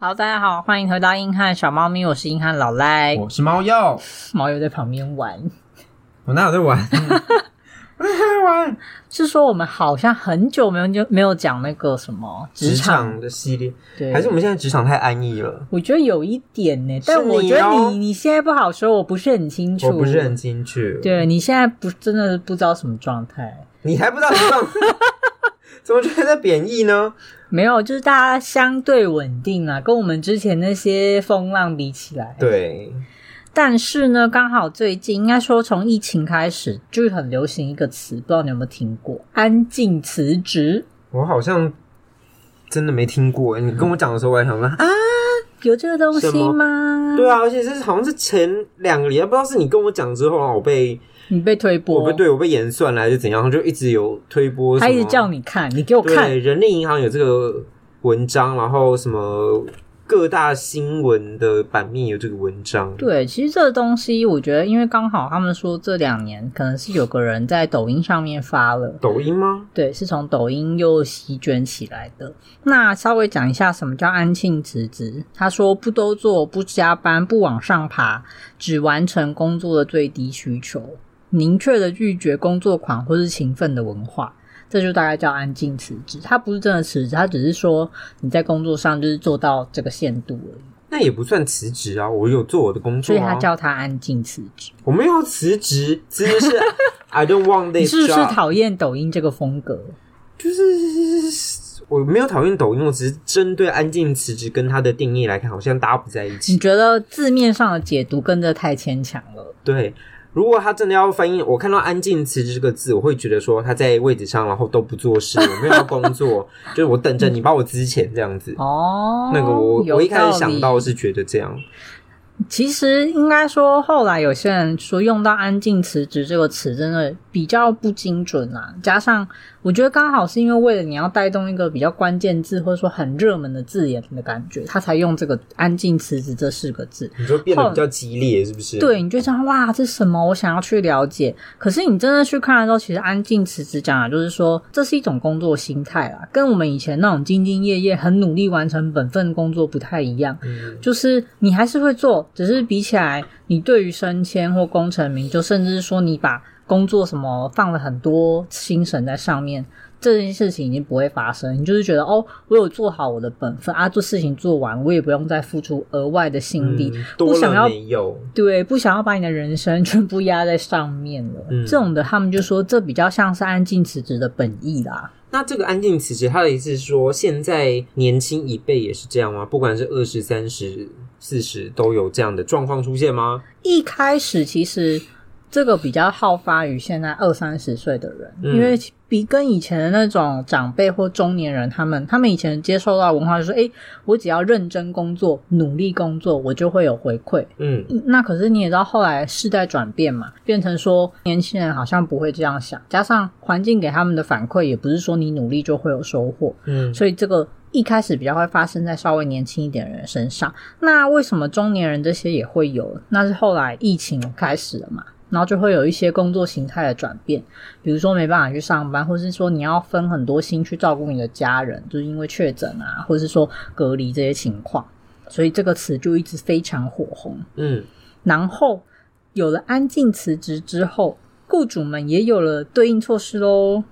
好，大家好，欢迎回到硬汉小猫咪，我是硬汉老赖。我是猫药，猫又在旁边玩，我哪有在玩？我哪有在玩是说我们好像很久没有就没有讲那个什么职场，场的系列，对，还是我们现在职场太安逸了？我觉得有一点呢，但是你我觉得哦你你现在不好说，我不是很清楚，我不是很进去，对你现在不真的不知道什么状态，你还不知道职场，怎么觉得在贬义呢？没有，就是大家相对稳定啊，跟我们之前那些风浪比起来，对，但是呢，刚好最近应该说从疫情开始，就是很流行一个词，不知道你有没有听过“安静辞职我好像真的没听过。你跟我讲的时候，我还想说啊，”，有这个东西吗？对，啊，而且这是好像是前两个礼拜，不知道是你跟我讲之后，然后我被你被推播，我被，对我被研算了还是怎样，就一直有推波什他么，一直叫你看，你给我看对，，人力银行有这个文章，然后什么各大新闻的版面有这个文章。对，其实这个东西，我觉得，因为刚好他们说这两年可能是有个人在抖音上面发了，抖音吗？对，是从抖音又席卷起来的。那稍微讲一下什么叫安庆辞职。他说不多做，不加班，不往上爬，只完成工作的最低需求，明确的拒绝工作狂或是勤奋的文化。这就大概叫安静辞职，他不是真的辞职，他只是说你在工作上就是做到这个限度而已，那也不算辞职啊，我有做我的工作所以他啊。叫他安静辞职。我没有辞职，辞职是 I don't want 你 this 是不是 job，讨厌抖音这个风格？就是我没有讨厌抖音，我只是针对安静辞职跟它的定义来看，好像搭不在一你起。觉得字面上的解读跟着太牵强了？对，如果他真的要翻译，我看到“安静辞职”这个字，我会觉得说他在位置上，然后都不做事，我没有要工作， 就是我等着你把我资遣这样子。哦，那个我有我一开始道想理到，是觉得这样，其实应该说，后来有些人说用到“安静辞职”这个词，真的比较不精准啦。加上我觉得刚好是因为为了你要带动一个比较关键字，或者说很热门的字眼的感觉，他才用这个“安静辞职”这四个字。你就变得比较激烈，是不是？对，，你就想哇，这是什么？我想要去了解。可是你真的去看的时候，其实安静辞职讲的就是说，这是一种工作心态啦，跟我们以前那种兢兢业业、很努力完成本分工作不太一样。嗯，就是你还是会做，只是比起来，你对于升迁或功成名就，甚至是说你把工作什么放了很多心神在上面，这件事情已经不会发生。你就是觉得哦，我有做好我的本分啊，做事情做完，我也不用再付出额外的心力。嗯不多想要了没有？对，不想要把你的人生全部压在上面了。嗯这种的，他们就说这比较像是安静辞职的本意啦。那这个安静辞职，他的意思是说，现在年轻一辈也是这样吗？不管是二十三十。四十都有这样的状况出现吗？一开始其实这个比较好发于现在二三十岁的人，嗯因为比跟以前的那种长辈或中年人，他们他们以前接受到的文化就是，诶，我只要认真工作、努力工作，我就会有回馈。嗯，那可是你也知道，后来世代转变嘛，变成说年轻人好像不会这样想，加上环境给他们的反馈，也不是说你努力就会有收获。嗯，所以这个一开始比较会发生在稍微年轻一点的人身上。那为什么中年人这些也会有？那是后来疫情开始了嘛，然后就会有一些工作形态的转变，比如说没办法去上班，或是说你要分很多心去照顾你的家人，就是因为确诊啊，或是说隔离这些情况，所以这个词就一直非常火红。嗯，然后有了安静辞职之后，雇主们也有了对应措施喽，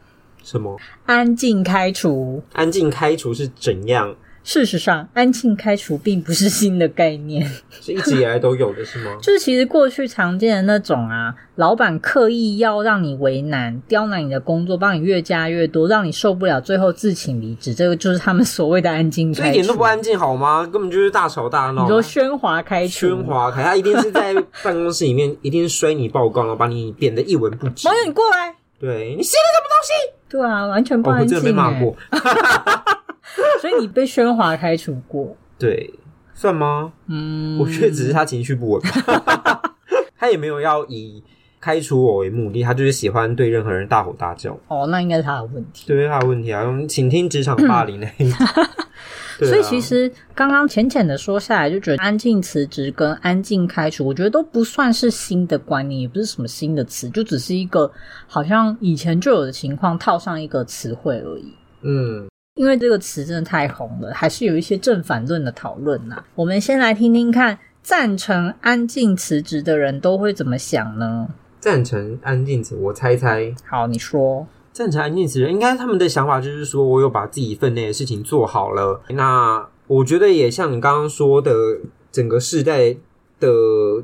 什么安静开除。安静开除是怎样？事实上，安静开除并不是新的概念，？是一直以来都有的是吗就是其实过去常见的那种啊，老板刻意要让你为难、刁难你的工作，帮你越加越多，让你受不了，最后自请离职，这个就是他们所谓的安静这一开除。点都不安静好吗？根本就是大吵大闹。啊你说喧哗开除，喧哗凯，他一定是在办公室里面，一定是摔你报告，然后把你贬得一文不值网。友你过来。对你写了对啊，完全什不么？哦，我安静、真的欸被骂过。所以你被喧哗开除过。对，算吗？嗯，我觉得只是他情绪 不稳吧，他也没有要以开除我为目的，他就是喜欢对任何人大吼大叫，哦，那应该是他的问题。这是他的问题啊。我们请听职场霸凌那一 集。对啊所以其实刚刚浅浅的说下来，就觉得安静辞职跟安静开除，我觉得都不算是新的观念，也不是什么新的词，就只是一个好像以前就有的情况套上一个词汇而已。嗯，因为这个词真的太红了，还是有一些正反论的讨论呐、我们先来听听看，赞成安静辞职的人都会怎么想呢？赞成安静词，我猜猜，好，你说，赞成安静词人应该他们的想法就是说我有把自己分内的事情做好了。那我觉得也像你刚刚说的，整个世代的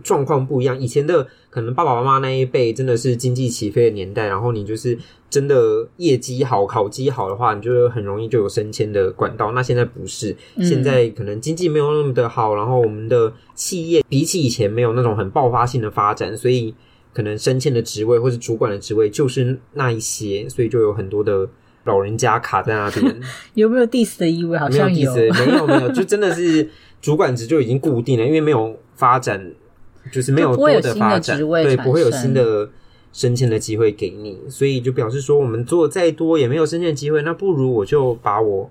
状况不一样。以前的可能爸爸妈妈那一辈真的是经济起飞的年代，然后你就是真的业绩好、考绩好的话，你就很容易就有升迁的管道。那现在不是，嗯现在可能经济没有那么的好，然后我们的企业比起以前没有那种很爆发性的发展，所以可能升迁的职位或是主管的职位就是那一些，所以就有很多的老人家卡在那边，有没有 diss 的意味？ 好没有像意有思，，没有没有，就真的是主管职就已经固定了，因为没有发展，就是没就不多会有的新的发展，职位对，产不会有生新的升迁的机会给你，所以就表示说我们做再多也没有升迁的机会，那不如我就把我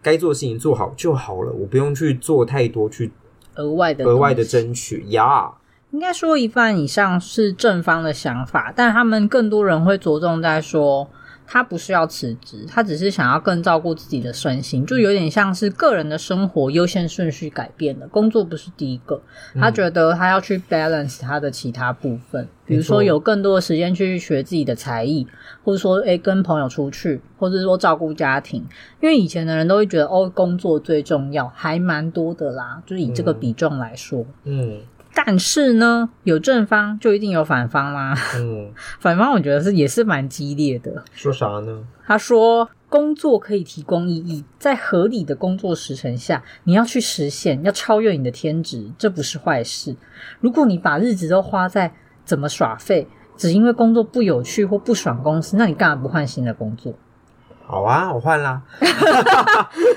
该做的事情做好就好了，我不用去做太多去额外的额外的东西争取呀。应该说一半以上是正方的想法，但他们更多人会着重在说，他不是要辞职，他只是想要更照顾自己的身心，就有点像是个人的生活优先顺序改变了，工作不是第一个，他嗯觉得他要去 balance 他的其他部分，比如说没错有更多的时间去学自己的才艺，或者说诶、跟朋友出去，或者说照顾家庭，因为以前的人都会觉得哦工作最重要，还蛮多的啦，就是以这个嗯比重来说。嗯但是呢，有正方就一定有反方啦。嗯， 反方我觉得是也是蛮激烈的。说啥呢？他说，工作可以提供意义，在合理的工作时程下，你要去实现，要超越你的天职，这不是坏事。如果你把日子都花在怎么耍废，只因为工作不有趣或不爽公司，那你干嘛不换新的工作？好啊，我换啦。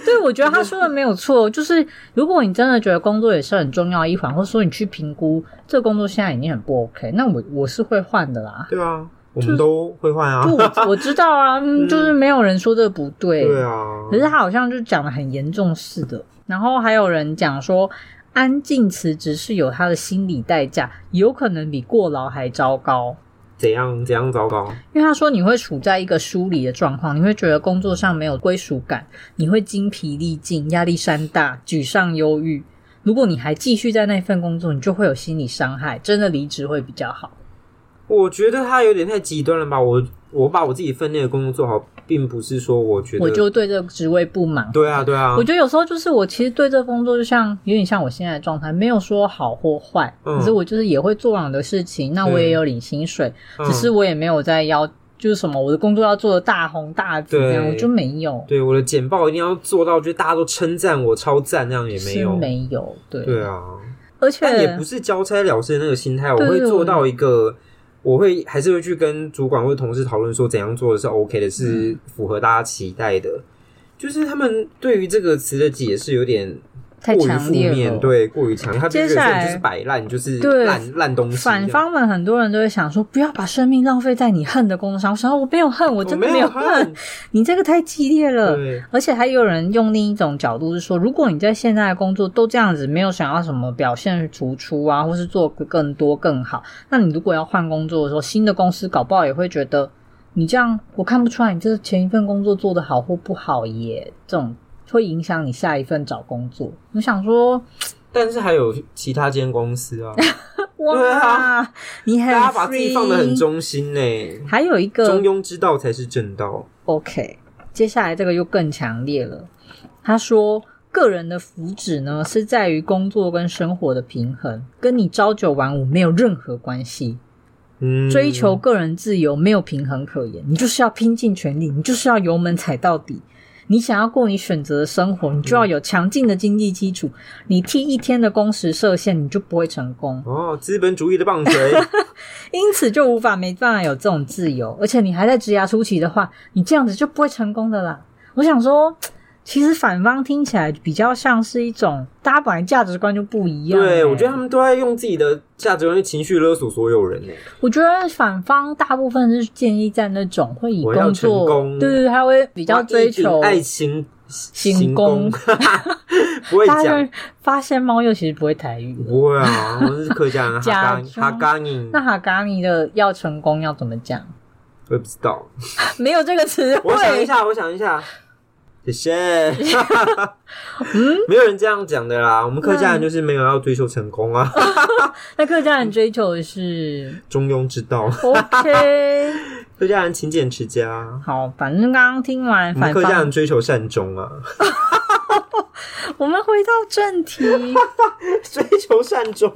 对，我觉得他说的没有错，就是如果你真的觉得工作也是很重要的一环，或者说你去评估这个工作现在已经很不 OK，那我我是会换的啦。对啊，我们都会换啊。 就我我知道啊，嗯就是没有人说这个不对。对啊，可是他好像就讲的很严重似的。然后还有人讲说，安静辞职是有他的心理代价，有可能比过劳还糟糕。怎样怎样糟糕？因为他说你会处在一个疏离的状况，你会觉得工作上没有归属感，你会精疲力尽、压力山大、沮丧、忧郁。如果你还继续在那份工作，你就会有心理伤害，真的离职会比较好。我觉得他有点太极端了吧？我我把我自己分内的工作做好，并不是说我觉得我就对这个职位不满，对啊对啊我，觉得有时候就是我其实对这工作就像有点像我现在的状态，没有说好或坏，嗯可是我就是也会做我的事情，那我也有领薪水，嗯只是我也没有在要就是什么我的工作要做的大红大紫这样，对我就没有，对我的简报一定要做到，就是大家都称赞我超赞，那样也没是有。没有，对，对啊，而且但也不是交差了事的那个心态，我对会对做我到一个，我会还是会去跟主管或者同事讨论说怎样做的是 OK 的，嗯是符合大家期待的。就是他们对于这个词的解释有点太过于强负烈面，了。对，过于强烈，他就觉接得说下来你就是摆烂，你就是对烂烂东西。反方们很多人都会想说，不要把生命浪费在你恨的工作上。我想说我没有恨，我我真的哦没有恨，你这个太激烈了。对，而且还有人用另一种角度是说，如果你在现在的工作都这样子，没有想要什么表现突出啊，或是做更多更好，那你如果要换工作的时候，新的公司搞不好也会觉得你这样，我看不出来你这前一份工作做得好或不好耶，这种会影响你下一份找工作。我想说，但是还有其他间公司啊，对哇，啊你 很大家把自己 free 放的很中心呢、还有一个中庸之道才是正道。 OK，接下来这个又更强烈了。他说，个人的福祉呢是在于工作跟生活的平衡，跟你朝九晚五没有任何关系。嗯，追求个人自由没有平衡可言，你就是要拼尽全力，你就是要油门踩到底。你想要过你选择的生活，你就要有强劲的经济基础。你替一天的工时设限，你就不会成功。哦，资本主义的棒槌，因此就无法没办法有这种自由，而且你还在职涯初期的话，你这样子就不会成功的啦。我想说，其实反方听起来比较像是一种大家本来价值观就不一样欸、对我觉得他们都在用自己的价值观去情绪勒索所有人欸呢、我觉得反方大部分是建议在那种会以我要工成作功，对对，对他会比比较追求爱情行宫宫， 不会大家讲就，发现猫鼬其实不会台语了。不会啊，我是客家人，哈假干哈装干影，那哈嘎尼的要成功要怎么讲？ 我也不知道。没有这个词汇。我想一下，我想一下，谢 谢。嗯没有人这样讲的啦，我们客家人就是没有要追求成功啊，嗯那客家人追求的是 中庸之道。 OK，客家人勤俭持家，好，反正刚刚听完我们反客家人方，追求善终 啊，我们回到正 题。追求善终。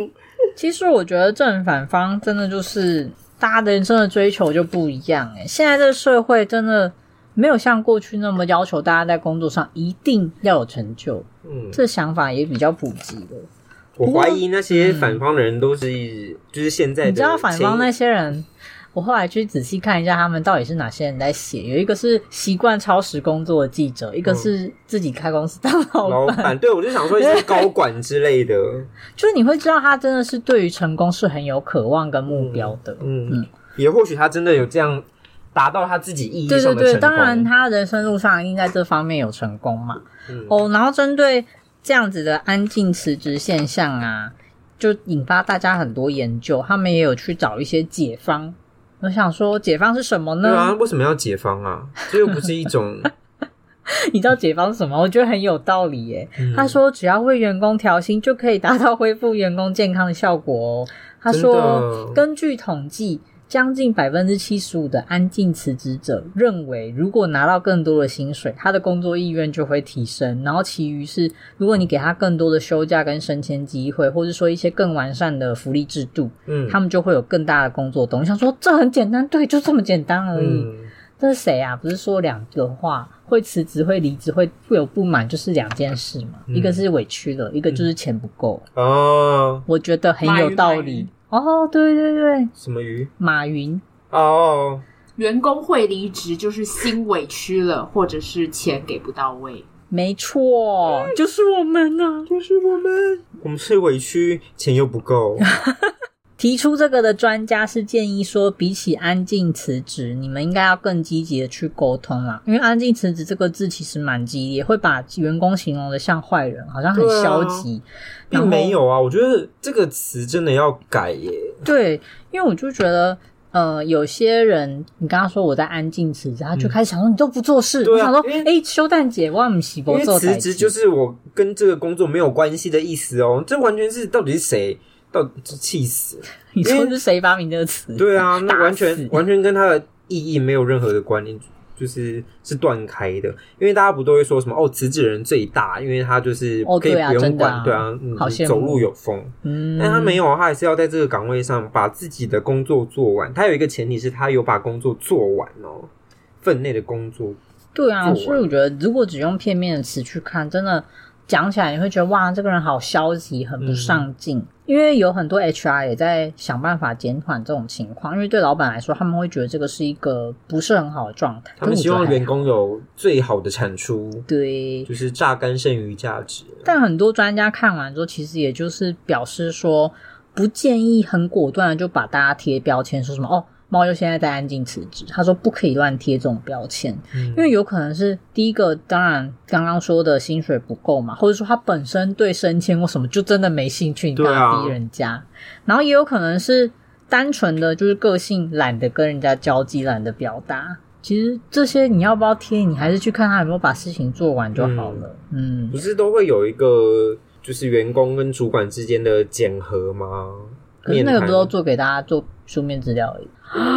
其实我觉得正反方真的就是大家的人生的追求就不一样哎、现在这个社会真的没有像过去那么要求大家在工作上一定要有成就，嗯，这想法也比较普及了。我怀疑那些反方的人都是就是现在的你知道反方前那些人，我后来去仔细看一下他们到底是哪些人在写，有一个是习惯超时工作的记者，一个是自己开公司当老老板，板，对我就想说一些高管之类 的，就是你会知道他真的是对于成功是很有渴望跟目标的。嗯，也或许他真的有这样达到他自己嗯意义对上对的成功。对，当然他人生路上一定在这方面有成功嘛。嗯哦，然后针对这样子的安静辞职现象啊，就引发大家很多研究，他们也有去找一些解方。我想说，解方是什么呢？对啊，为什么要解放啊？这又不是一种， 你知道解方是什么？我觉得很有道理耶。嗯他说，只要为员工调薪，就可以达到恢复员工健康的效果哦。他真说的，根据统计，将近百分之七十五的安静辞职者认为，如果拿到更多的薪水，他的工作意愿就会提升。然后，其余是如果你给他更多的休假跟升迁机会，或者说一些更完善的福利制度，嗯，他们就会有更大的工作动力。想说，这很简单，对，就这么简单而已。嗯，这是谁啊？不是说两个话会辞职、会离职、会会有不满，就是两件事嘛。嗯一个是委屈了，一个就是钱不够。哦，我觉得很有道理。哦，对对对，什么鱼？马云哦，员工会离职就是心委屈了，或者是钱给不到位。没错，就是我们呢、就是我们，我们是委屈，钱又不 够，提出这个的专家是建议说，比起安静辞职，你们应该要更积极的去沟通啦。因为安静辞职这个字其实蛮激烈，会把员工形容的像坏人，好像很对啊消极，然并后没有啊。我觉得这个词真的要改耶。对，因为我就觉得，呃，有些人，你刚刚说我在安静辞职，他嗯就开始想说你都不做事，对啊我想说，因哎、修蛋姐，我们喜因不为做辞职就是是我跟这个工作没有关系的意思哦，这完全是到底是谁，到底气死。你说是谁发明这个词？对 啊，那 打完死全完全跟它的意义没有任何的关联，就是是断开的。因为大家不都会说什么哦，辞职人最大，因为他就是哦可以对啊不用真的管，啊对啊，嗯好羡慕走路有风。嗯，但他没有，他还是要在这个岗位上把自己的工作做完。他有一个前提是他有把工作做完哦，分内的工作。对啊，做所以我觉得如果只用片面的词去看，真的讲起来你会觉得哇，这个人好消极，很嗯不上进。因为有很多 HR 也在想办法减缓这种情况，因为对老板来说，他们会觉得这个是一个不是很好的状态。他们可是我希觉得望还员工有最好的产出，对就是榨干剩余价值。但很多专家看完之后，其实也就是表示说，不建议很果断的就把大家贴标签，说什么哦，猫又现在在安静辞职。他说不可以乱贴这种标签，嗯因为有可能是第一个，当然刚刚说的薪水不够嘛，或者说他本身对升迁或什么就真的没兴趣，你对干啊嘛逼人家？然后也有可能是单纯的就是个性懒得跟人家交际，懒得表达。其实这些你要不要贴，你还是去看他有没有把事情做完就好了。嗯不是都会有一个就是员工跟主管之间的检核吗？可是那个面不谈都做给大家做书面资料而已，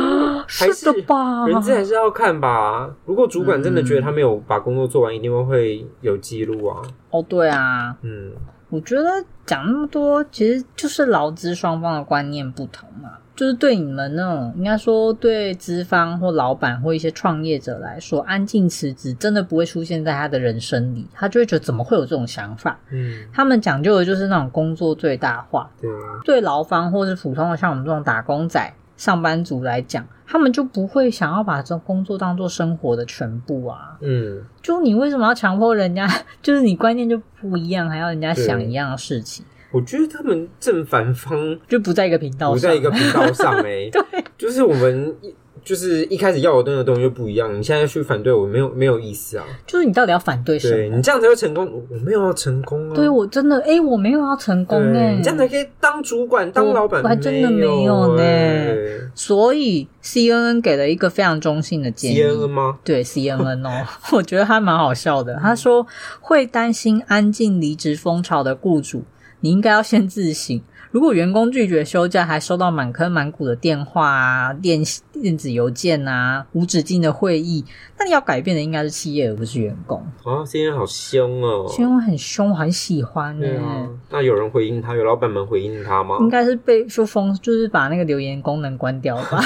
还是的吧？人资还是要看吧。如果主管真的觉得他没有把工作做完，一定会有记录啊。哦，对啊，嗯，我觉得讲那么多，其实就是劳资双方的观念不同嘛。就是对你们那种，应该说对资方或老板或一些创业者来说，安静辞职真的不会出现在他的人生里，他就会觉得怎么会有这种想法？嗯，他们讲究的就是那种工作最大化，对啊，对劳方或是普通的像我们这种打工仔、上班族来讲，他们就不会想要把这工作当做生活的全部啊。嗯，就你为什么要强迫人家？ 就是你观念就不一样，还要人家想一样的事情，我觉得他们正反方就不在一个频道不上。在一个频道上哎、 对，就是我们就是一开始要我蹲的东西就不一样，你现在去反对我没有没有意思啊。就是你到底要反对什对么你？这样才会成功，我我没有要成功啊。对我真的，哎、我没有要成功哎、对，你这样才可以当主管、当老板。我还真的没有有呢欸所以 CNN 给了一个非常中性的建议。 CNN 吗？对 CNN 哦， 我觉得还蛮好笑的。他说会担心安静离职风潮的雇主，你应该要先自省。如果员工拒绝休假，还收到满坑满谷的电话啊、电电子邮件啊、无止境的会议，那你要改变的应该是企业，而不是员工。啊，CNN 好凶哦。新闻很凶，我很喜欢欸呢、对啊，那有人回应他，有老板们回应他吗？应该是被说封，就是把那个留言功能关掉 吧。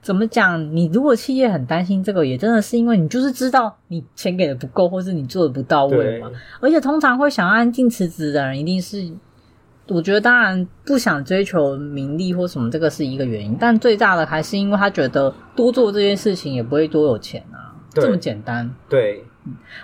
怎么讲？你如果企业很担心这个，也真的是因为你就是知道你钱给的不够，或是你做的不到位对嘛。，而且通常会想要安静辞职的人，一定是我觉得当然不想追求名利或什么，这个是一个原因。但最大的还是因为他觉得多做这件事情也不会多有钱啊，对这么简单。对，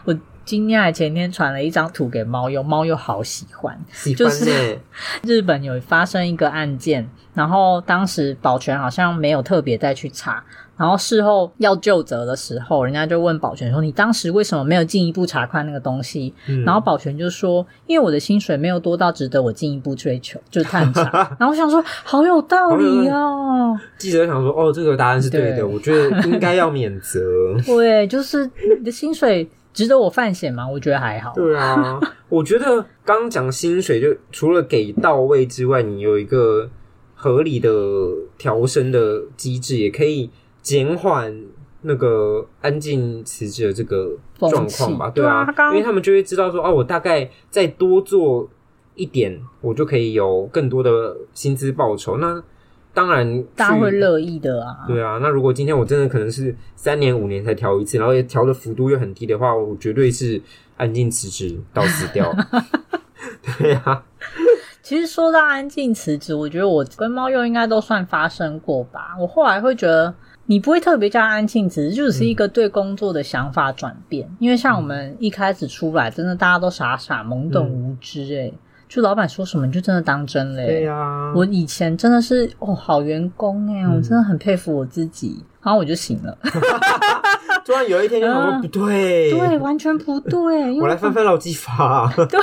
我今天还前天传了一张图给猫又，猫又好喜欢。喜就欢是呢。日本有发生一个案件，然后当时保全好像没有特别再去查，然后事后要就责的时候，人家就问保全说：“你当时为什么没有进一步查看那个东西？” 嗯然后保全就说：“因为我的薪水没有多到值得我进一步追求，就是探查。”然后我想说，好有道理哦，记者想说，哦，这个答案是对对的，我觉得应该要免责。对，就是你的薪水值得我犯险吗？我觉得还好。对 啊，我觉得刚刚讲薪水，就除了给到位之外，你有一个合理的调升的机制，也可以减缓那个安静辞职的这个状况吧？风气对啊对啊，刚因为他们就会知道说，哦，我大概再多做一点，我就可以有更多的薪资报酬。那当然，大家会乐意的啊，对啊，那如果今天我真的可能是三年五年才调一次，然后也调的幅度又很低的话，我绝对是安静辞职到死掉。对啊，其实说到安静辞职，我觉得我跟猫又应该都算发生过吧。我后来会觉得，你不会特别叫安静辞职，就只嗯是一个对工作的想法转变。因为像我们一开始出来，真的大家都傻傻懵嗯懂无知、欸，就老板说什么你就真的当真 嘞、对啊，我以前真的是哦，好员工哎、嗯哎我真的很佩服我自己。然后我就醒了，突然有一天就想说嗯不对，对，完全不对，因我来为翻翻劳基 法。对对，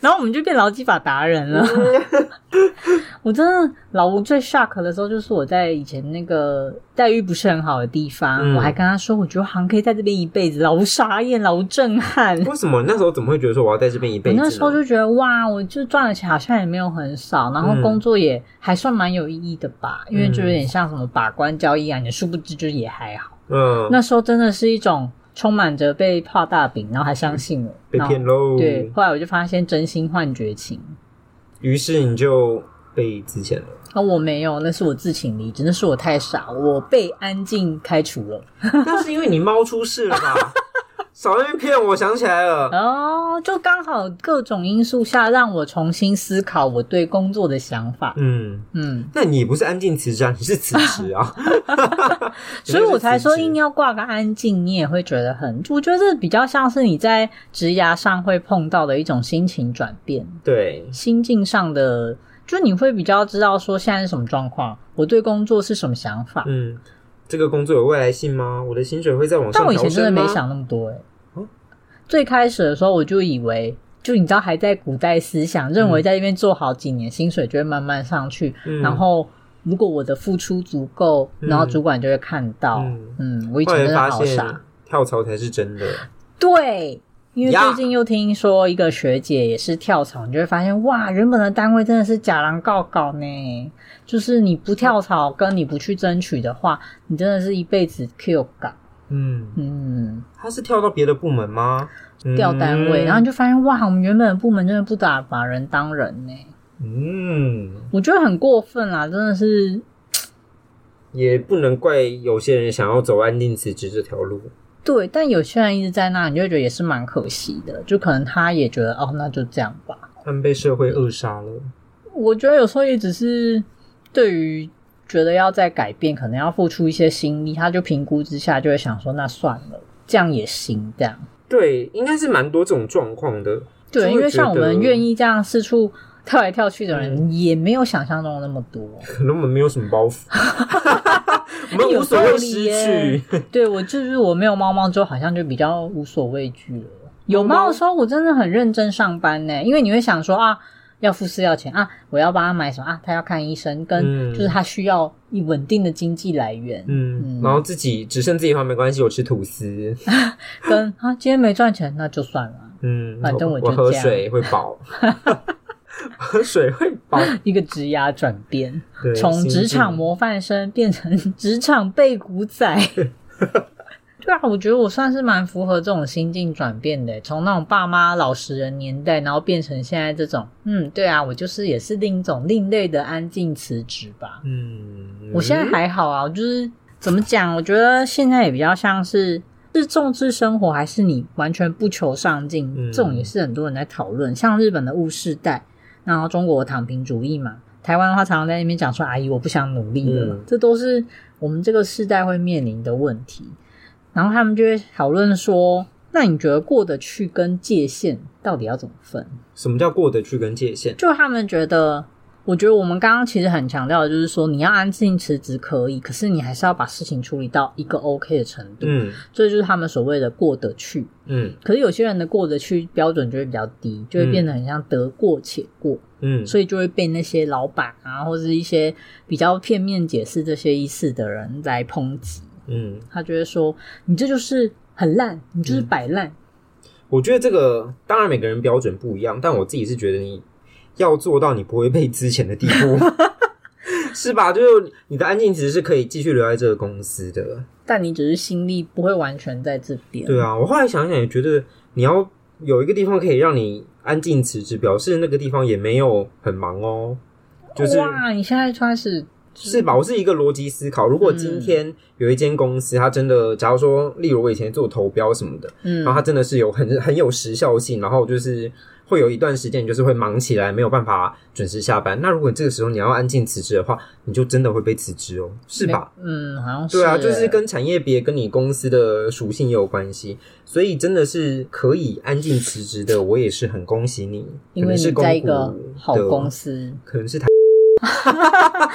然后我们就变劳基法达人了。嗯 我真的老吴最 shock 的时候，就是我在以前那个待遇不是很好的地方，嗯我还跟他说，我觉得好像可以在这边一辈子。老吴傻眼，老吴震撼。为什么那时候怎么会觉得说我要在这边一辈我子呢？那时候就觉得哇，我就赚的钱好像也没有很少，然后嗯工作也还算蛮有意义的吧，因为就有嗯点像什么把关交易啊，你殊不知就也还好。嗯，那时候真的是一种充满着被画大饼，然后还相信了，被然后骗喽。对，，后来我就发现真心换绝情，于是你就被辞遣了。啊，我没有，那是我自请离职，那是我太傻，我被安静开除了。那是因为你猫出事了 吧？少在那边骗我，想起来了。哦，就刚好各种因素下让我重新思考我对工作的想法。嗯，嗯，那你不是安静辞职啊，你是辞职 啊，所以我才说嗯你就是辞职硬要挂个安静，你也会觉得很，我觉得这比较像是你在职涯上会碰到的一种心情转变，对，心境上的，就你会比较知道说现在是什么状况，我对工作是什么想法。嗯，这个工作有未来性吗？我的薪水会再往上但我以调前真的升吗？没想那么多哎、哦最开始的时候我就以为，就你知道还在古代思想，认为在这边做好几年，薪水就会慢慢上去，嗯然后。如果我的付出足够，嗯然后主管就会看到。嗯嗯，我以后前来真的发好现傻。跳槽才是真的，对，因为呀最近又听说一个学姐也是跳槽，你就会发现哇，原本的单位真的是假狼告告呢。就是你不跳槽，跟你不去争取的话，你真的是一辈子 Q 岗。嗯，嗯，他是跳到别的部门吗？嗯调单位，然后你就发现哇，我们原本的部门真的不打把人当人呢、嗯，我觉得很过分啦，真的是也不能怪有些人想要走安定辞职这条路，对。但有些人一直在那，你就会觉得也是蛮可惜的，就可能他也觉得哦，那就这样吧。他们被社会扼杀了。我觉得有时候也只是对于觉得要再改变，可能要付出一些心力，他就评估之下就会想说，那算了，这样也行，这样。对，应该是蛮多这种状况的。就对，会因为像我觉们得愿意这样四处跳来跳去的人，也没有想象中的那么多。 可能我们没有什么包袱，我们无所谓失有道理去耶。对我就是我没有猫猫之后，好像就比较无所畏惧了。有猫的时候，我真的很认真上班呢，因为你会想说啊，要付饲料钱啊，我要帮他买什么啊，他要看医生，跟嗯就是他需要稳定的经济来源，嗯，然后自己只剩自己的话没关系，我吃吐司。跟啊今天没赚钱那就算了，嗯，反正我我就这样喝水会饱，喝水会饱。 一个职涯转变，对从职场心境模范生变成 职场背骨仔。 对啊，我觉得我算是蛮符合这种心境转变的，欸从那种爸妈老实人年代，然后变成现在这种，嗯，对啊，我就是也是另一种另类的安静辞职吧。嗯，我现在还好啊，我就是怎么讲，我觉得现在也比较像是是重视生活，还是你完全不求上进，嗯这种也是很多人在讨论。像日本的务世代，然后中国的躺平主义嘛，台湾的话常常在那边讲说：“阿姨，我不想努力了。嗯这都是我们这个世代会面临的问题。然后他们就会讨论说：“那你觉得过得去跟界限到底要怎么分？”什么叫过得去跟界限？就他们觉得，我觉得我们刚刚其实很强调，的就是说你要安静辞职可以，可是你还是要把事情处理到一个 OK 的程度，嗯这就是他们所谓的过得去。嗯可是有些人的过得去标准就会比较低，就会变得很像得过且过，嗯，所以就会被那些老板啊，或是一些比较片面解释这些意思的人来抨击。嗯，他就会说你这就是很烂，你就是摆烂。嗯我觉得这个当然每个人标准不一样，但我自己是觉得你要做到你不会被之前的地 步，是吧？就是你的安静其实是可以继续留在这个公司的。但你只是心力不会完全在这边，对啊，我后来想想也觉得，你要有一个地方可以让你安静辞职，表示那个地方也没有很忙哦，就是哇，你现在开始是吧？我是一个逻辑思考。如果嗯今天有一间公司，它真的，假如说，例如我以前做投标什么的，嗯然后它真的是有很很有时效性，然后就是会有一段时间，你就是会忙起来，没有办法准时下班。那如果这个时候你要安静辞职的话，你就真的会被辞职哦，是吧？没？嗯，好像是。对啊，就是跟产业别、跟你公司的属性也有关系，所以真的是可以安静辞职的，我也是很恭喜你，因为可能你是公在一个股好的公，司，可能是台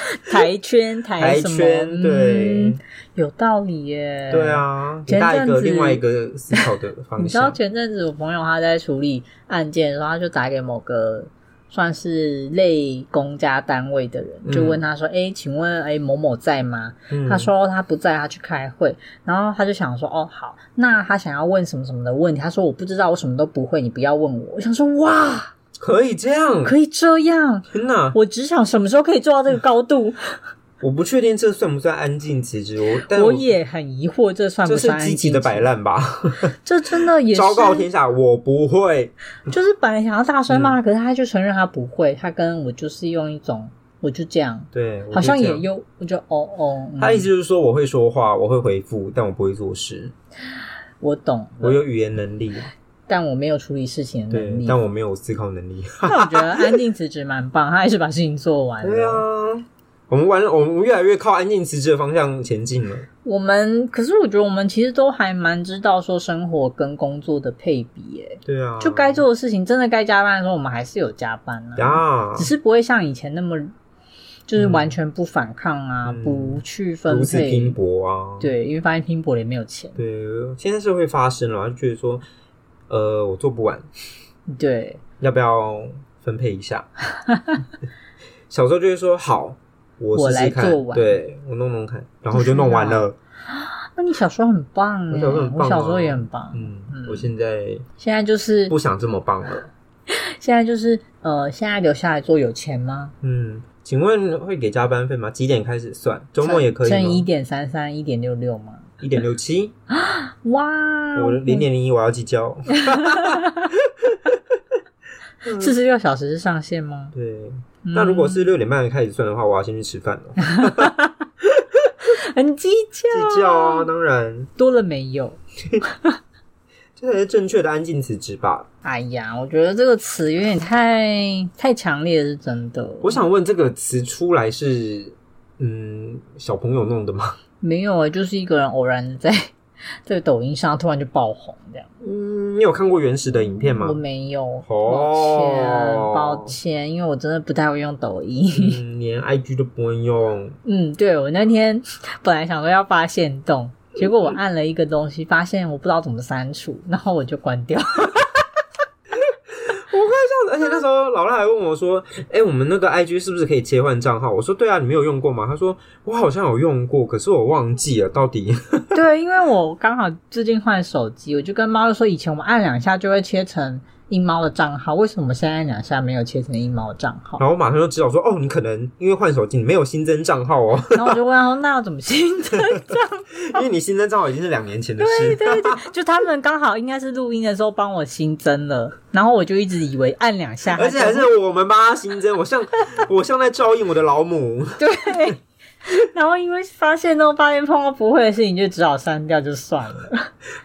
台圈台台什么，圈，对、嗯有道理耶。对。啊，给前大家一阵个子另外一个思考的方你知道向。前阵子我朋友他在处理案件的时候，他就打给某个算是类公家单位的人，嗯就问他说：“哎、请问哎、某某在吗？”嗯他说哦他不在，他去开会，然后他就想说，哦好，那他想要问什么什么的问题，他说我不知道，我什么都不会，你不要问我。我想说，哇，可以这样，可以这样，天哪！我职场什么时候可以做到这个高度？嗯我不确定这算不算安静辞职，我但我也很疑惑，这算这不是算安积极静的摆烂吧？这真的也是， 昭告天嗯下，我不会。就是本来想要大声骂，可是他就承认他不会，他跟我就是用一种，我就这样，对，我好像就这也样。有，我就哦哦，嗯他意思就是说，我会说话，我会回复，但我不会做事，我懂我了，有语言能力。但我没有处理事情的能对力，。但我没有思考能 力。但我觉得安静辞职蛮棒，他还是把事情做完了。对啊，我们玩，我们越来越靠安静辞职的方向前进了。我们可是我觉得我们其实都还蛮知道说生活跟工作的配比、耶，对啊，就该做的事情，真的该加班的时候，我们还是有加班啊，呀，只是不会像以前那么就是完全不反抗啊，嗯不去分如此拼配，搏啊。对，因为发现拼搏也没有钱，对，现在是会发生了，就觉得说，呃，我做不完，对，要不要分配一 下？小时候就会说好。我我试试来看做，完对我弄弄看，然后我就弄完 了。啊那你小时候很棒、我耶，小时候很棒啊我小时候也很棒，嗯嗯，我现在现在就是不想这么棒了。现在就是呃，现在留下来做有钱吗？嗯，请问会给加班费吗？几点开始算？周末也可以乘一吗？点三三一点六六吗？一点六七，哇，哦我零点零一我要计 较。四十六小时是上限吗？对，嗯那如果是六点半开始算的话，我要先去吃饭了。 很计较，计较啊，当然，多了没有？这才是正确的安静辞职吧。哎呀，我觉得这个词有点太太强烈，是真的。我想问，这个词出来是嗯小朋友弄的吗？ 没有啊，就是一个人偶然在 在抖音上突然就爆红这样。嗯，你有看过原始的影片吗我？没有，抱歉，哦抱歉，因为我真的不太会用抖音。 嗯，连 IG 都不会用。嗯，对我那天本来想说要发现动，结果我按了一个东西，发现我不知道怎么删除，然后我就关掉。而且那时候老赖还问我说：“哎、我们那个 IG 是不是可以切换账号？”我说：“对啊，你没有用过吗？”他说：“我好像有用过，可是我忘记了到底。？对，因为我刚好最近换手机，我就跟猫说，以前我们按两下就会切成一猫的账号，为什么我现在按两下没有切成一猫的账”号 然后我马上就知道说：“哦，你可能因为换手机，你没有新增账号哦， 然后我就问他说：“那要怎么新增 账号？”因为你新增账号已经是两年前的对事。对对，就他们刚好应该是录音的时候帮我新增了，然后我就一直以为按两下，而且还是我们帮他新增，我像我像在照应我的老母。 对。 然后因为发现都发现碰到不会的事情，就只好删掉就算了。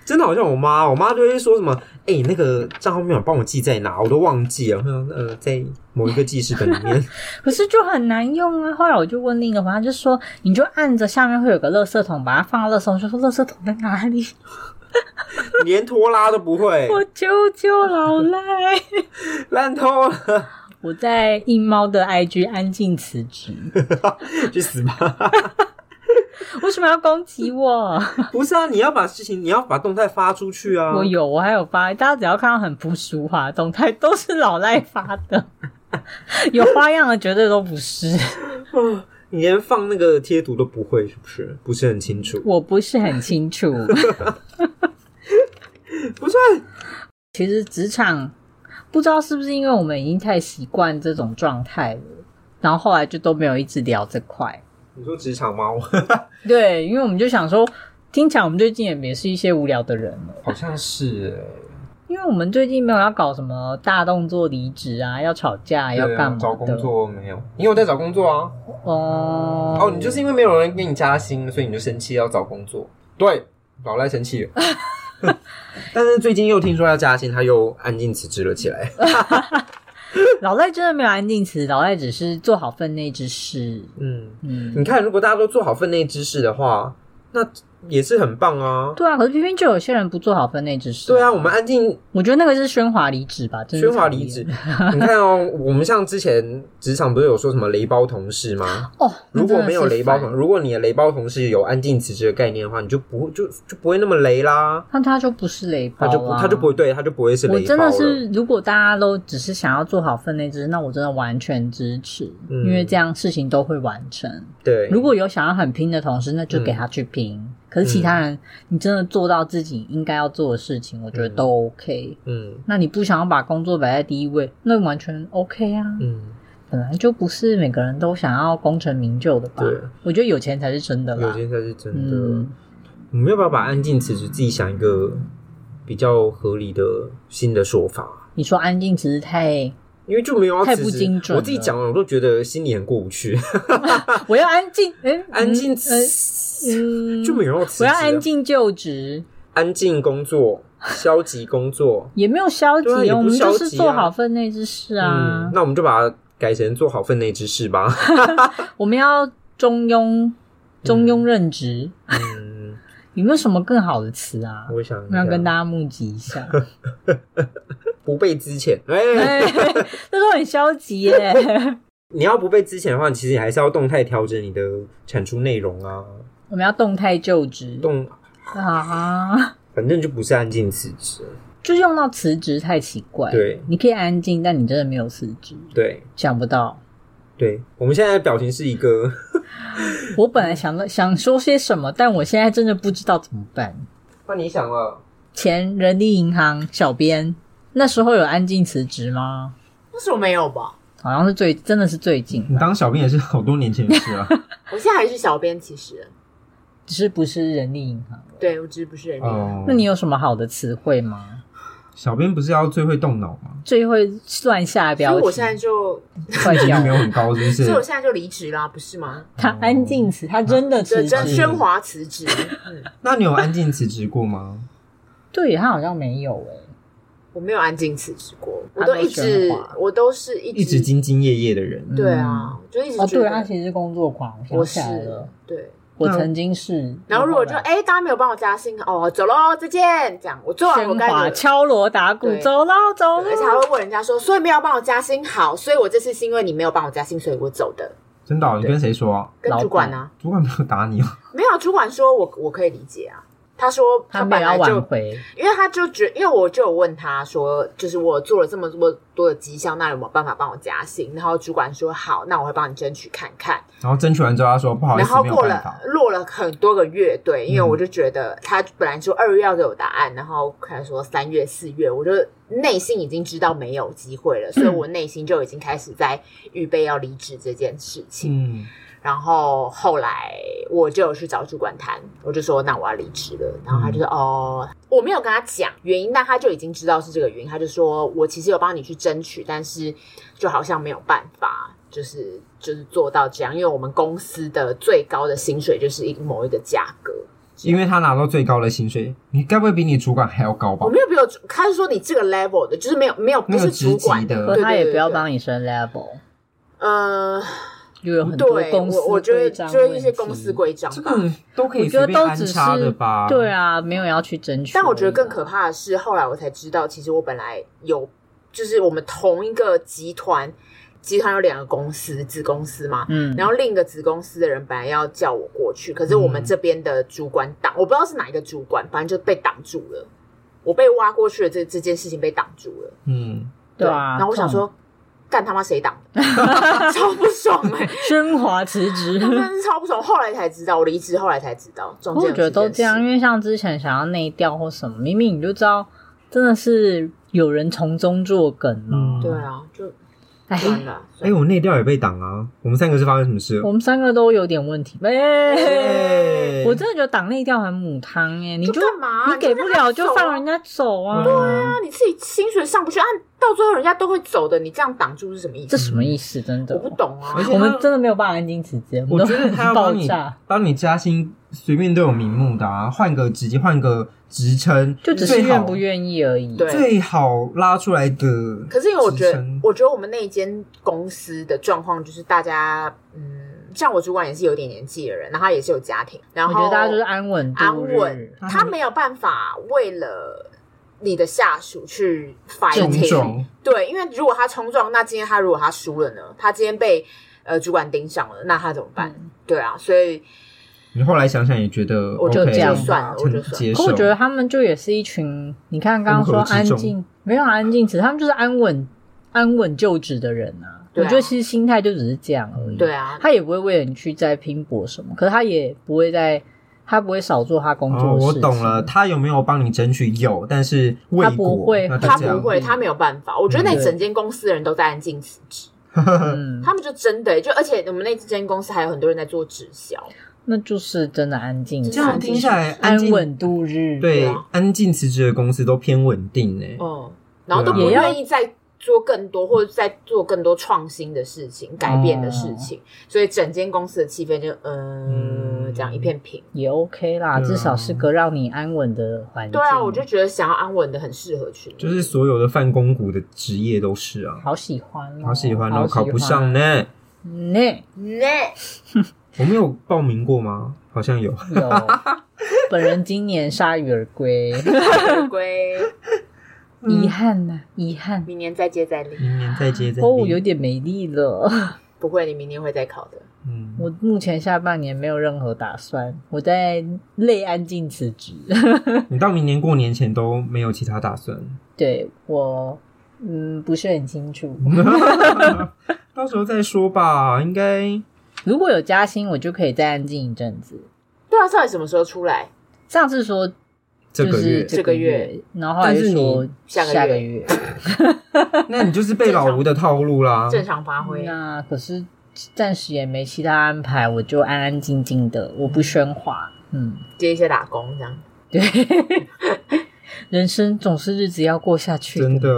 真的好像我妈，我妈就会说什么：“哎、那个账号密码帮我记在哪？我都忘记了。”我说：“呃，在某一个记事本里面。 可是就很难用啊。后来我就问另一个朋友，他就说你就按着下面会有个垃圾桶，把它放到垃圾桶，我就说垃圾桶在哪里？连拖拉都不会，我救救老赖！烂透了， 我在硬猫的 IG 安静辞职，去死吧！” 为什么要攻击我？不是啊，你要把事情，你要把动态发出去啊。我有，我还有发，大家只要看到很不舒服啊，动态都是老赖发的， 有花样的绝对都不是。啊你连放那个贴图都不会，是不是？不是很清楚。我不是很清楚。不是啊，其实职场不知道是不是因为我们已经太习惯这种状态了，然后后来就都没有一直聊这块。你说职场猫，对，因为我们就想说，听起来我们最近也也是一些无聊的人了，好像是欸因为我们最近没有要搞什么大动作离职啊，要吵架，要对啊干嘛的？找工作没有？你有在找工作啊？哦哦，你就是因为没有人给你加薪，所以你就生气要找工作。对，老赖生 气了。但是最近又听说要加薪，他又安静辞职了起来。老赖真的没有安静词，老赖只是做好分内之事。嗯，嗯，你看，如果大家都做好分内之事的话，那也是很棒啊。对啊，可是偏偏就有些人不做好分内之事。对啊，我们安静我觉得那个是喧哗离职吧，真的喧是哗讨离厌职，你看哦，我们像之前职场不是有说什么雷包同事 吗？哦。那如真果的没有是雷包烦同，如果你的雷包同事有安静辞职的概念的话，你就不就就不会那么雷啦，那他就不是雷包他啦就不他就不会对他就不会是我雷包真了。的是，如果大家都只是想要做好分内之事，那我真的完全支持，嗯因为这样事情都会完成。对，嗯如果有想要很拼的同事，那就给他去拼。可是其他人，你真的做到自己应该要做的事情，我觉得都 OK。嗯那你不想要把工作摆在第一位，那完全 OK 啊。嗯，本来就不是每个人都想要功成名就的吧？对，我觉得有钱才是真的有啦。些才是真的。嗯，我们要不要把安静辞职自己想一个比较合理的新的说法？你说安静只是太，因为就没有要太辞不职精准我自己了嗯讲了，我都觉得心里很过不去。 我要安静，哎、 安静辞嗯，嗯就没有要辞职我要啊，安静就职，安静工作，消极工 作。也没有消极，哦对啊也我不们是消就极啊是做好分内之事啊嗯，。那我们就把它改成做好分内之事吧。我们要中庸，中庸任职。嗯，有没有什么更好的词啊？我想我要跟大家家募集一下。不被之前，哎、哎， 这都很消极耶。 你要不被之前的话，你其实你还是要动态调整你的产出内容啊。我们要动态就职动，啊，反正就不是安静辞职。就用到辞职太奇怪。对，你可以安静，但你真的没有辞职。对想不到，对，我们现在的表情是一个，我本来想了想说些什么，但我现在真的不知道怎么办。换你想啊了，前人力银行小编，那时候有安静辞职吗？那时候没有吧？好像是最真的是最近，你当小兵也是好多年前的 事啊。我现在还是小编，其实只是不是人力银行。对我只是不是人力。哦那你有什么好的词汇吗？小编不是要最会动脑吗？最会乱下所标以题，我现在就，坏掉 了。很高，是不所以我现在就离职啦，不是吗？他安静词，他真嗯的辞这职真。是喧哗辞职，嗯，那你有安静辞职过吗？对他好像没有哎、我没有安静辞职过，我他都都一直喧哗，我都是一直，兢兢业业的人嗯对啊，我就一直哦，觉对，得他其实是工作狂，我想起是来了。对，我曾经是，然后如果就来哎、大家没有帮我加薪，哦，走喽，再见，这样我做完我喧该哗的。敲锣打鼓，对走喽走而且还喽，会问人家说，所以没有帮我加薪，好，所以我这次是因为你没有帮我加薪，所以我走的。真的哦、你跟谁说啊？跟主管啊，主管没有打你哦，没有，主管说我我可以理解啊。他说他们本也要来就挽，回，因为他就觉，因为我就有问他说，就是我做了这么多多的绩效，那有没有办法帮我加薪？然后主管说好，那我会帮你争取看看。然后争取完之后，他说不好意然思，后没有过办了法。落了很多个月，对，因为嗯我就觉得他本来说二月要给我答案，然后开始说三月、四月，我就内心已经知道没有机会了，所以嗯我内心就已经开始在预备要离职这件事情。嗯，然后后来我就有去找主管谈，我就说那我要离职了，然后他就说、哦，我没有跟他讲原因，但他就已经知道是这个原因，他就说我其实有帮你去争取，但是就好像没有办法，就是就是做到这样，因为我们公司的最高的薪水就是一某一个价格。因为他拿到最高的薪水，你该不会比你主管还要高吧我？没有没有，他是说你这个 level 的，就是没有哦没有不那个是职主级管的可对他也不要。对对帮你升 level，对呃，又有很多对，公司我我觉得规章就是一问些题公司规章吧，这个都可以我觉随得便都安只是插的吧？对，啊，没有要去争取而已啊。但我觉得更可怕的是，后来我才知道，其实我本来有，就是我们同一个集团，集团有两个公司，子公司嘛。嗯， 然后另一个子公司的人本来要叫我过去，可是我们嗯这边的主管挡，我不知道是哪一个主管，反正就被挡住了。我被挖过去的这这件事情被挡住了。嗯，对啊，然后我想说，干他妈谁挡 的？超不爽哎、欸！这种，升华辞职。真的是超不爽。后来才知道，我离职后来才知道，中间我有觉得都件这样，事因为像之前想要内调或什么，明明你就知道，真的是有人从中作梗嘛嗯。对啊，就哎、算了。哎、我内调也被挡啊，我们三个是发生什么事？我们三个都有点问题。哎、哎我真的觉得党内调很母汤哎、你就干嘛你给不了就放人家。家走啊，啊，你自己薪水上不去，按到最后人家都会走的，你这样挡住是什么意这思？什么意思？真的我，不懂啊而。且我们真的没有办法安静辞职，我们觉都得他要爆帮你炸。帮你加薪，随便都有名目的啊，换个职级，换个职称，就只是最好愿不愿意而已。对最好拉出来的。可是因为我觉职得称，我觉得我们那一间公司的状况就是大家，嗯，像我主管也是有点年纪的人，然后他也是有家庭，然我后觉得大家就是安稳度安日稳，他没有办法为了你的下属去种 fighting。种，对，因为如果他冲撞，那今天他如果他输了呢？他今天被呃主管盯上了，那他怎么办？嗯对啊，所以你后来想想也觉得 OK，我就这样就算了我就算了接可受。我觉得他们就也是一群，你看刚刚说乌合之安众静，没有啊安静，只是他们就是安稳安稳就职的人啊。对啊我觉得其实心态就只是这样而已。对啊，他也不会为了你去再拼搏什么，可是他也不会在，他不会少做他工哦，作的我事情。懂了，他有没有帮你争取？有，但是未他不果会那就他这样不会，他没有办法。我觉得嗯那整间公司的人都在安静辞职， 嗯，他们就真的、欸就而且我们那间公司还有很多人在做直销，那就是真的安静，这样听下来，安安静稳度日。对啊安静辞职的公司都偏稳定欸呢。哦嗯，然后都对啊不愿意再做更多或者再做更多创新的事情、改变的嗯事情，所以整间公司的气氛就嗯、嗯这样一片平。也 OK 啦，对啊至少是个让你安稳的环境。对啊，我就觉得想要安稳的很适合去，就是所有的泛公股的职业都是啊，好喜欢哦，好喜欢哦，好喜欢考不上。呢。那那我们有报名过吗？好像有。 有，本人今年铩羽而归，归嗯遗憾呐、遗憾。明年再接再厉，明年再接再厉。哦，有点没力了。 不会，你明年会再考的。嗯，我目前下半年没有任何打算，我在累安静辞职。 你到明年过年前都没有其他打 算，对我，嗯，不是很清楚。嗯到时候再说吧。应该如果有加薪，我就可以再安静一阵子。对啊，到底什么时候出来？上次说这就个是月，这个个月月，然后后来就但是说你下个月下个月。那你就是被老吴的套路啦。正常发挥。嗯那可是暂时也没其他安排，我就安安静静的，我不喧哗。嗯，接一些打工这样。 对，人生总是日子要过下去。真的，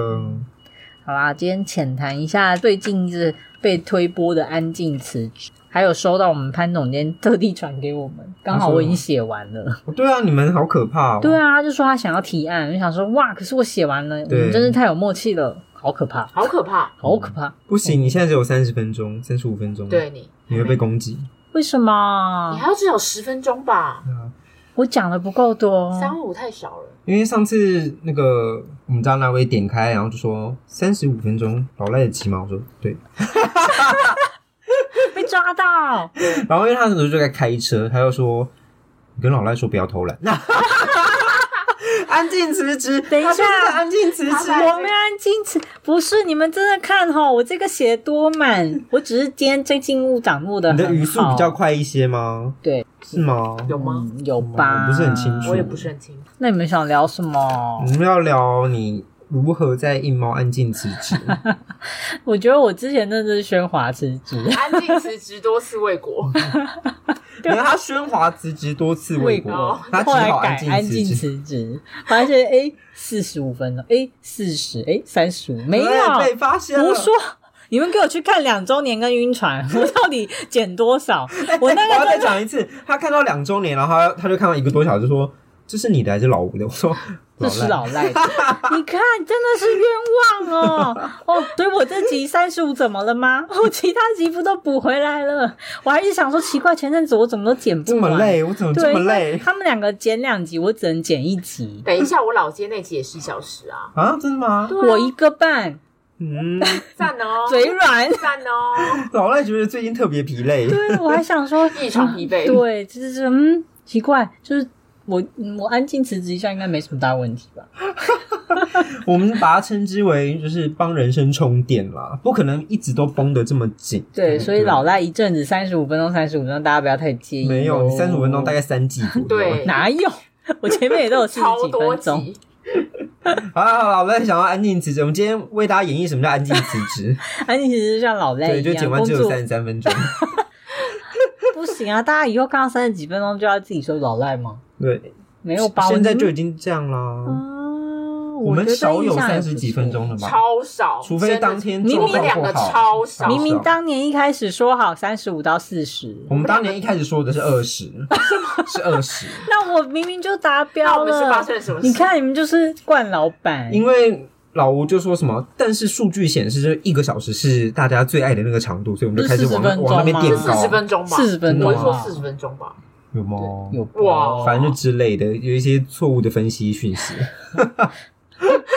好啦，今天浅谈一下最近是被推播的安静辞职，还有收到我们潘总监特地传给我们，刚好我已经写完了。哦对啊，你们好可怕哦。对啊，他就说他想要提案，我就想说哇，可是我写完了，我对们真是太有默契了，好可怕，嗯好可怕！好可怕。不行，你现在只有三十分钟，三十五分钟，对，你你会被攻击。为什你么还要至少十分钟吧，我讲的不够啊多？三五太少了。因为上次那个我们家那位点开，然后就说三十五分钟，老赖的骑马，我说对，被抓到，然后因为他那时候就在开车，他就说你跟老赖说不要偷懒， 安静辞职，等一下他就是在安静辞职，我们安静吃，不是你们真的看哈，我这个写多满，我只是今天这进物掌握的你的语速比较，快一些吗？对，是吗？有吗？嗯，有吧？我不是很清楚我也不是很清楚。那你们想聊什么我？们要聊你如何在硬猫安静辞职，我觉得我之前那是喧哗之至，安静辞职多次未果，然后他喧哗辞职多次 未果，他只后来好改安静静辞职。辞职，发现哎四十五分钟，哎四十，哎三十五，没有 对被发现了，胡说。你们给我去看两周年跟晕船， 我到底减多少？我那 我要个再真的讲一次，他看到两周年，然后他他就看到一个多小时，就说这是你的还是老吴的？我说 这是老赖的，你看真的是冤枉哦哦！所以我这集三十五怎么了吗？我其他集不都补回来了？我还一直想说奇怪，前阵子我怎么都剪不这完？么累，我怎么这对，么因为累他们两个剪两集，我只能剪一集，等一下，我老街那集也是一小时啊，啊？真的吗？我一个半，嗯，赞哦，嘴软。赞哦，老赖觉得最近特别疲累， 对，我还想 说啊异常疲惫。对，就是嗯，奇怪，就是我嗯我安静辞职一下，应该没什么大问题吧？我们把它称之为就是帮人生充电啦，不可能一直都绷得这么紧。嗯对，所以老赖一阵子三十五分钟，三十五分钟，大家不要太介意哦。没有三十五分钟，大概三季左右。对哪有？ 我前面也都有四十超几多分钟。集，好啦好啦，我们想要安静辞职，我们今天为大家演绎什么叫安静辞职。安静其实就像老赖对，一就样，剪完工只有作三十三分钟。不行啊！大家以后看到三十几分钟就要自己说老赖吗？ 对，没有吧？现在就已经经这样啦。啊，我们觉得少有印象三也不十几分钟错。的吧？超少，除非真的当天明做我明报们两不个好。超少，明明当年一开始说好三十五到四十，我们当年一开始说的是二十， 是二十，那我明明就达那标我们是发了。生了什么事？你看，你们就是惯老板，因为老吴就说什么，但是数据显示这一个小时是大家最爱的那个长度，所以我们就开始往不是40分钟往那边吗垫是是四高十，分钟吧？四十分钟我啊，是说四十分钟吧。有吗？哦有哇反正就之类的，有一些错误的分析讯息。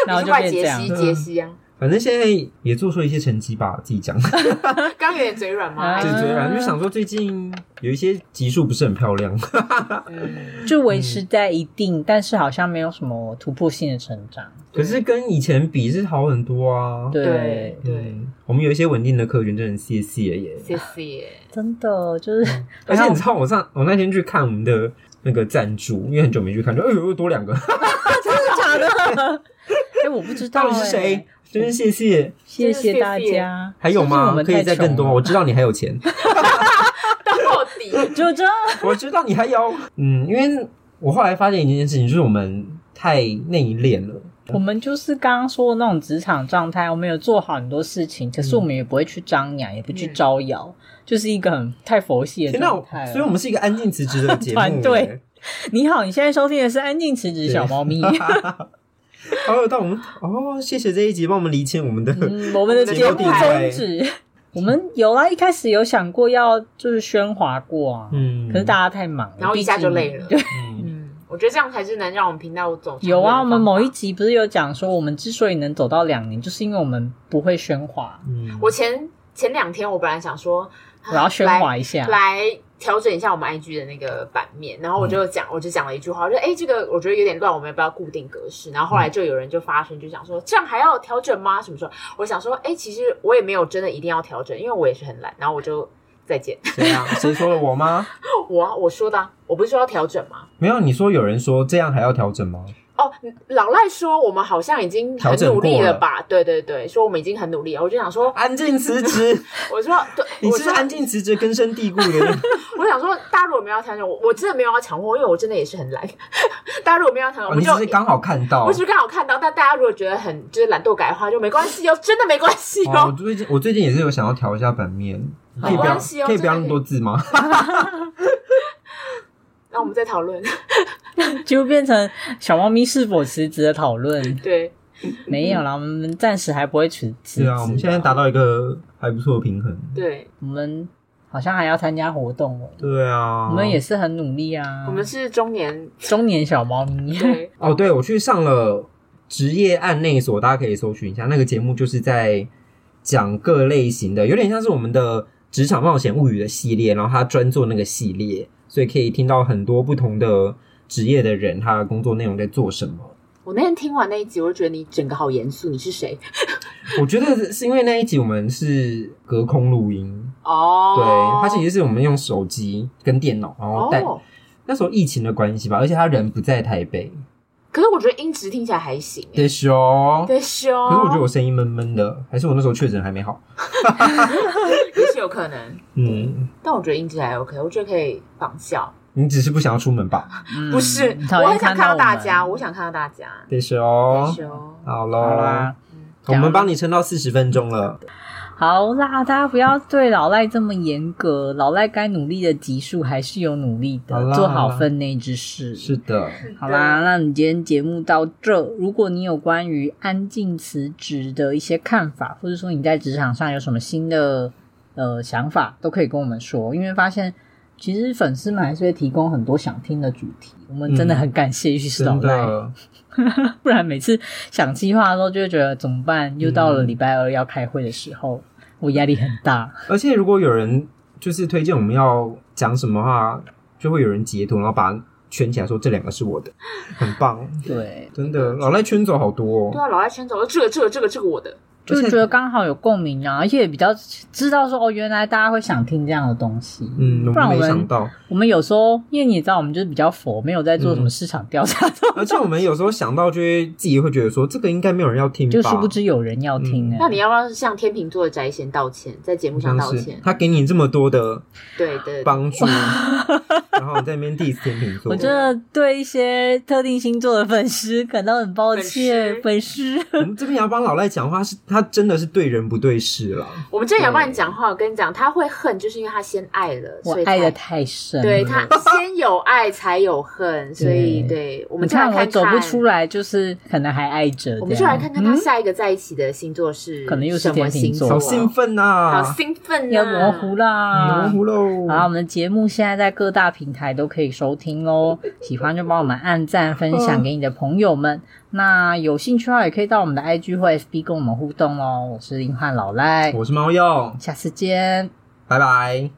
然后就你去怪变这杰样西，样杰西啊，反正现在也做出了一些成绩吧，自己讲。 刚有点嘴软吗？啊对，虽然就想说最近有一些集数不是很漂亮，嗯，就维持在一定，但是好像没有什么突破性的成长。可是跟以前比是好很多啊。对对，对，嗯，我们有一些稳定的客群，真的谢谢耶。谢谢。 真的就是，而且你知道，我上我那天去看我们的那个赞助，因为很久没去看，就哎呦又多两个，真的假的？ 哎，我不知道到底是谁哎？？真是谢谢，谢谢大家。还有是不是吗我？们可以再更多吗？我吗？知道你还有 钱，到底就这，我知道你还有，嗯，因为我后来发现一件事情，就是我们太内敛了，我们就是刚刚说的那种职场状态，我们有做好很多事情，可是我们也不会去张扬，也不去招摇，就是一个很太佛系的嗯天哪状态了。所以我们是一个安静辞职的节目， 团队，你好，你现在收听的是《安静辞职小猫咪》 还有到我们哦，谢谢这一集帮我们厘清我们的，嗯，我们的节目宗旨。我们有啊，一开始有想过要就是喧哗过啊， 嗯，可是大家太忙了，然后一下就累了毕竟嗯嗯，我觉得这样才是能让我们频道走长远的有啊，我们某一方法集不是有讲说，我们之所以能走到两年，就是因为我们不会喧 哗。嗯，我前前两天我本来想说，啊我要喧哗一下，来来调整一下我们 IG 的那个版面，然后我就嗯讲，我就讲了一句话，我说哎，这个我觉得有点乱，我们要不要固定格式？然后后嗯来就有人就发声，就想说这样还要调整吗？什么时候？我想说，哎，其实我也没有真的一定要调整，因为我也是很懒，然后我就再见。 谁啊？谁说了我吗？我啊我说的啊，我不是说要调整吗？没有，你说有人说这样还要调整吗？哦，老赖说我们好像已经调很整努力过了了吧？对对对，说我们已经很努力了。我就想说，安静辞职，我说对， 你我是说安静辞职根深蒂固的。我想说，大家如果没有要调整，我我真的没有要强迫，因为我真的也是很懒。 大家如果没有要调整， 我哦、们你就、只是刚好看到。我只是刚好看到，但大家如果觉得很就是懒惰改的话，就没关系哦，真的没关系哦，我哦。最近我最近也是有想要调一下版面，可以不没要、关系哦可以不要那真的可么以多字吗？那、我们再讨论， 就变成小猫咪是否辞职的讨论。对，没 有啦，我们暂时还不会辞辞 对啊职。啊啊，我们现在达到一个还不错的平衡。对，我们好像还要参加活动哦。对啊，我们也是很努力啊，嗯我们是中年，中年小猫咪。 对，哦，对，我去上了职业案内所，大家可以搜寻一下那个节目，就是在讲各类型的，有点像是我们的职场冒险物语的系列，然后他专做那个系列，所以可以听到很多不同的职业的人他的工作内容在做什么。我那天听完那一集，我就觉得你整个好严肃，你是谁？我觉得是因为那一集我们是隔空录音，哦，对，它其实是我们用手机跟电脑，然后带、哦，那时候疫情的关系吧，而且他人不在台北，可是我觉得音质听起来还行，欸对哦。对羞，可是我觉得我声音闷闷的，还是我那时候确诊还没好。也是有可能，嗯，但我觉得音质还 OK，我觉得可以仿效，你只是不想要出门吧？嗯不是，你讨我厌很想看看到到大们家，我想看到大家，对是哦对，羞，好好喽啦，，我们帮你撑到四十分钟了。好啦，大家不要对老赖这么严格，老赖该努力的级数还是有努力的，好啦做好分内之事。是的，好啦，那你今天节目到这。如果你有关于安静辞职的一些看法，或者说你在职场上有什么新的呃想法，都可以跟我们说。因为发现其实粉丝们还是会提供很多想听的主题，我们真的很感谢浴室老真赖，的，不然每次想计划的时候就会觉得怎么办？又到了礼拜二要开会的时候，我压力很大。而且如果有人就是推荐我们要讲什么话，就会有人截图，然后把它圈起来说这两个是 我的，很棒，对，真的。老赖圈走好多对哦，啊，老爱圈走了，这个这个这个这个我的，就觉得刚好有共鸣啊，而且也比较知道说哦，原来大家会想听这样的东西。嗯，我不然们我没们想 到，我们有时候，因为你也知道，我们就是比较佛，没有在做什么市场调 查，而且我们有时候想到就会自己会觉得说这个应该没有人要听吧，就殊不知有人要听哎、那你要不要向天秤座的宅贤道歉，在节目好上像道是歉？他给你这么多的对对，对帮 助，然后在那边 diss 天秤座，我真的对一些特定星座的粉丝感到很抱歉，粉丝。我们这边也要帮老赖讲话，是他真的是对人不对事了。我们这里要帮你讲话，我跟你讲，他会恨，就是因为他先爱了，我所以爱的才太深，对他先有爱才有恨，所以对我我们就来看我看走不出来，来，就是可能还爱着这样。我们就来看看他嗯下一个在一起的星座是可能又是什么星座，好兴，奋呐、好兴奋要啊！模糊啦，嗯模糊喽。好，我们的节目现在在各大平台都可以收听哦。喜欢就帮我们按赞、分嗯享给你的朋友们。那有兴趣的话，也可以到我们的 IG 或 FB 跟我们互动哦。我是林汉老赖，我是猫鼬，下次见。拜拜。